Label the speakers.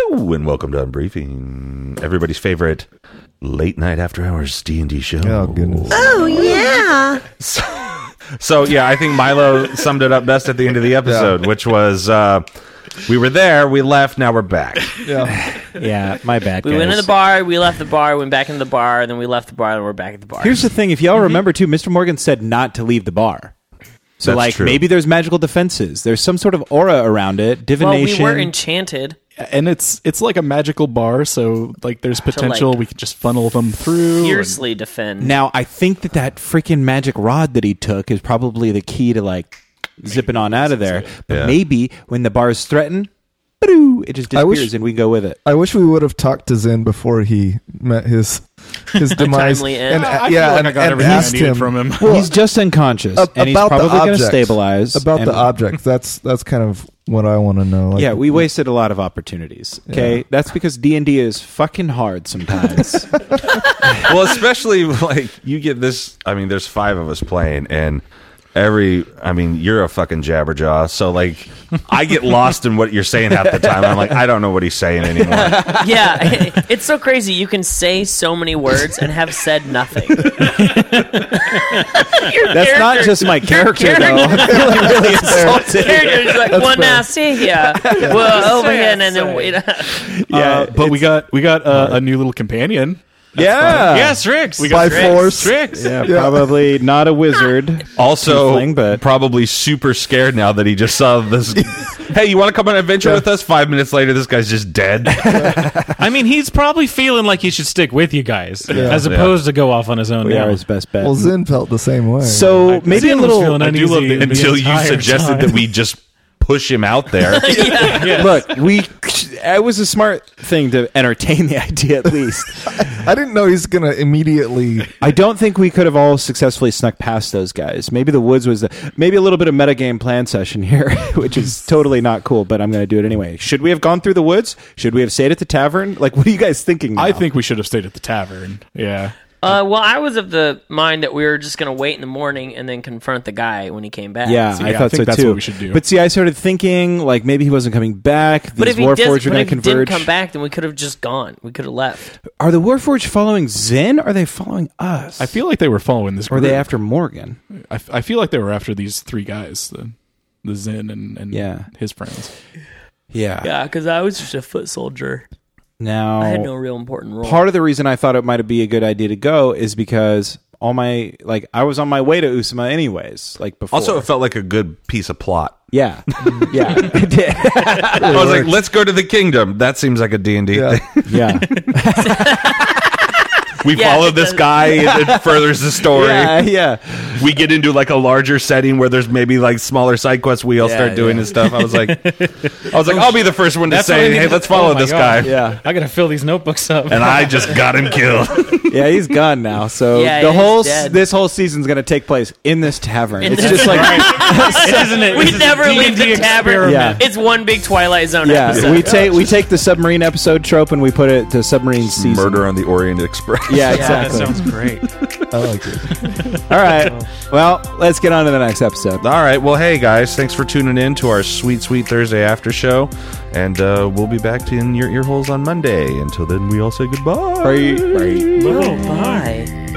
Speaker 1: Hello and welcome to Unbriefing, everybody's favorite late night after hours D and D show.
Speaker 2: Oh, goodness.
Speaker 3: Oh yeah.
Speaker 1: So yeah, I think Milo summed it up best at the end of the episode, which was uh, we were there, we left, now we're back.
Speaker 4: Yeah, my bad.
Speaker 5: We
Speaker 4: guys.
Speaker 5: went in the bar, we left the bar, went back in the bar, then we left the bar, and we're back at the bar. Mm-hmm.
Speaker 4: Here's the thing: if y'all remember too, Mr. Morgan said not to leave the bar. So,
Speaker 1: That's
Speaker 4: like,
Speaker 1: true.
Speaker 4: maybe there's magical defenses. There's some sort of aura around it,
Speaker 5: well, we
Speaker 4: divination.
Speaker 5: were enchanted.
Speaker 6: and it's it's like a magical bar, so like there's potential we could just funnel them through. and-
Speaker 5: Fiercely defend.
Speaker 4: now, I think that that freaking magic rod that he took is probably the key to like zipping on out of there. But
Speaker 1: Yeah.
Speaker 4: maybe when the bar is threatened, ba-doo, it just
Speaker 2: I wish-
Speaker 4: disappears and we go with it.
Speaker 2: I wish we would have talked to Zen before he met his his demise.
Speaker 5: timely end.
Speaker 2: And,
Speaker 5: I-
Speaker 2: yeah,
Speaker 7: like
Speaker 2: and,
Speaker 7: I got
Speaker 2: and
Speaker 7: everything I
Speaker 2: asked
Speaker 7: needed
Speaker 2: him
Speaker 7: from him.
Speaker 2: Well,
Speaker 4: he's just unconscious,
Speaker 2: ab-
Speaker 4: and he's
Speaker 2: about the
Speaker 4: probably going to
Speaker 2: object.
Speaker 4: stabilize.
Speaker 2: about
Speaker 4: and-
Speaker 2: the object. That's that's kind of what I want to know. Like,
Speaker 4: Yeah, we wasted a lot of opportunities. Okay, that's because D and D is fucking hard sometimes.
Speaker 1: well, especially like you get this. I mean, there's five of us playing, and every. I mean, you're a fucking jabberjaw. So like, I get lost in what you're saying half the time. I'm like, I don't know what he's saying anymore.
Speaker 5: yeah, it's so crazy. You can say so many words and have said nothing.
Speaker 4: That's not just my character, though. I'm feeling really insulted.
Speaker 5: Characters like, well, now see ya. Well, over here, and then we,
Speaker 4: Yeah,
Speaker 6: Uh, but we got we got uh, a new little companion.
Speaker 4: yeah.
Speaker 7: yes, Ricks. We
Speaker 2: by
Speaker 7: got
Speaker 2: force.
Speaker 7: Ricks.
Speaker 4: Yeah, probably not a wizard.
Speaker 1: Also,
Speaker 4: Tiefling, but-
Speaker 1: probably super scared now that he just saw this. hey, you want to come on an adventure with us? Five minutes later, this guy's just dead.
Speaker 7: I mean, he's probably feeling like he should stick with you guys as
Speaker 1: Yeah.
Speaker 7: opposed to go off on his own.
Speaker 4: We
Speaker 7: now.
Speaker 4: are his best bet.
Speaker 2: Well, Zen felt the same way.
Speaker 4: so maybe
Speaker 7: Zin was
Speaker 4: a little.
Speaker 7: feeling
Speaker 4: I do
Speaker 7: uneasy
Speaker 4: love the-
Speaker 7: the
Speaker 1: Until you
Speaker 7: entire
Speaker 1: suggested
Speaker 7: time.
Speaker 1: that we just push him out there.
Speaker 7: Yes.
Speaker 4: Look, we. It was a smart thing to entertain the idea at least.
Speaker 2: I didn't know he's gonna immediately.
Speaker 4: I don't think we could have all successfully snuck past those guys. Maybe the woods was the, maybe a little bit of metagame plan session here, which is totally not cool, but I'm going to do it anyway. Should we have gone through the woods? Should we have stayed at the tavern? Like, what are you guys thinking?
Speaker 6: I
Speaker 4: now?
Speaker 6: think we should have stayed at the tavern. Yeah,
Speaker 5: Uh, well, I was of the mind that we were just gonna wait in the morning and then confront the guy when he came back.
Speaker 4: Yeah,
Speaker 6: So,
Speaker 4: I
Speaker 6: yeah, I
Speaker 4: thought
Speaker 6: think
Speaker 4: so
Speaker 6: that's
Speaker 4: too.
Speaker 6: what we should do.
Speaker 4: But see, I started thinking like maybe he wasn't coming back. These
Speaker 5: But if he, does,
Speaker 4: Warforged are
Speaker 5: but
Speaker 4: going
Speaker 5: if
Speaker 4: to
Speaker 5: he didn't
Speaker 4: converge.
Speaker 5: come back, then we could have just gone. We could have left.
Speaker 4: Are the Warforged following Zen? Are they following us?
Speaker 6: I feel like they were following this.
Speaker 4: or
Speaker 6: Group.
Speaker 4: are they after Morgan?
Speaker 6: I, f- I feel like they were after these three guys, the the Zen and, and
Speaker 4: Yeah.
Speaker 6: his friends.
Speaker 4: Yeah.
Speaker 5: Yeah, because I was just a foot soldier.
Speaker 4: Now
Speaker 5: I had no real important role.
Speaker 4: part of the reason I thought it might be a good idea to go is because all my like I was on my way to Usama anyways. Like before,
Speaker 1: also, it felt like a good piece of plot.
Speaker 4: yeah, yeah, it did.
Speaker 1: I was like, let's go to the kingdom. That seems like a D&D
Speaker 2: Yeah.
Speaker 1: thing.
Speaker 4: yeah,
Speaker 1: We
Speaker 5: Yeah,
Speaker 1: follow
Speaker 5: it
Speaker 1: this
Speaker 5: does.
Speaker 1: guy. It it furthers the story.
Speaker 4: yeah, yeah.
Speaker 1: We get into like a larger setting where there's maybe like smaller side quests. We all start doing his stuff. I was like, I was like, I'll be the first one to
Speaker 7: That's what I
Speaker 1: say,
Speaker 7: need
Speaker 1: hey,
Speaker 7: to-
Speaker 1: let's follow
Speaker 7: oh my
Speaker 1: this
Speaker 7: God.
Speaker 1: guy.
Speaker 4: Yeah,
Speaker 7: I gotta fill these notebooks up.
Speaker 1: And I just got him killed.
Speaker 4: yeah. He's gone now, so
Speaker 5: Yeah,
Speaker 4: the
Speaker 5: he's
Speaker 4: whole
Speaker 5: dead.
Speaker 4: this whole season's gonna take place in this tavern.
Speaker 5: In
Speaker 4: it's
Speaker 5: this
Speaker 4: just like
Speaker 7: isn't it?
Speaker 5: we
Speaker 7: This is a
Speaker 5: never
Speaker 7: D&D
Speaker 5: leave the tavern.
Speaker 4: experiment. Yeah.
Speaker 5: It's one big Twilight Zone
Speaker 4: yeah,
Speaker 5: episode.
Speaker 4: we take we take the submarine episode trope and we put it to submarine season.
Speaker 1: on the Orient Express.
Speaker 4: Yeah,
Speaker 7: That
Speaker 4: exactly.
Speaker 7: sounds great.
Speaker 2: I like it.
Speaker 4: All right. Well, let's get on to the next episode.
Speaker 1: All right. Well, hey, guys. Thanks for tuning in to our sweet, sweet Thursday after show. And uh, we'll be back in your ear holes on Monday. Until then, we all say goodbye.
Speaker 4: Bye. Bye.
Speaker 5: Oh, bye.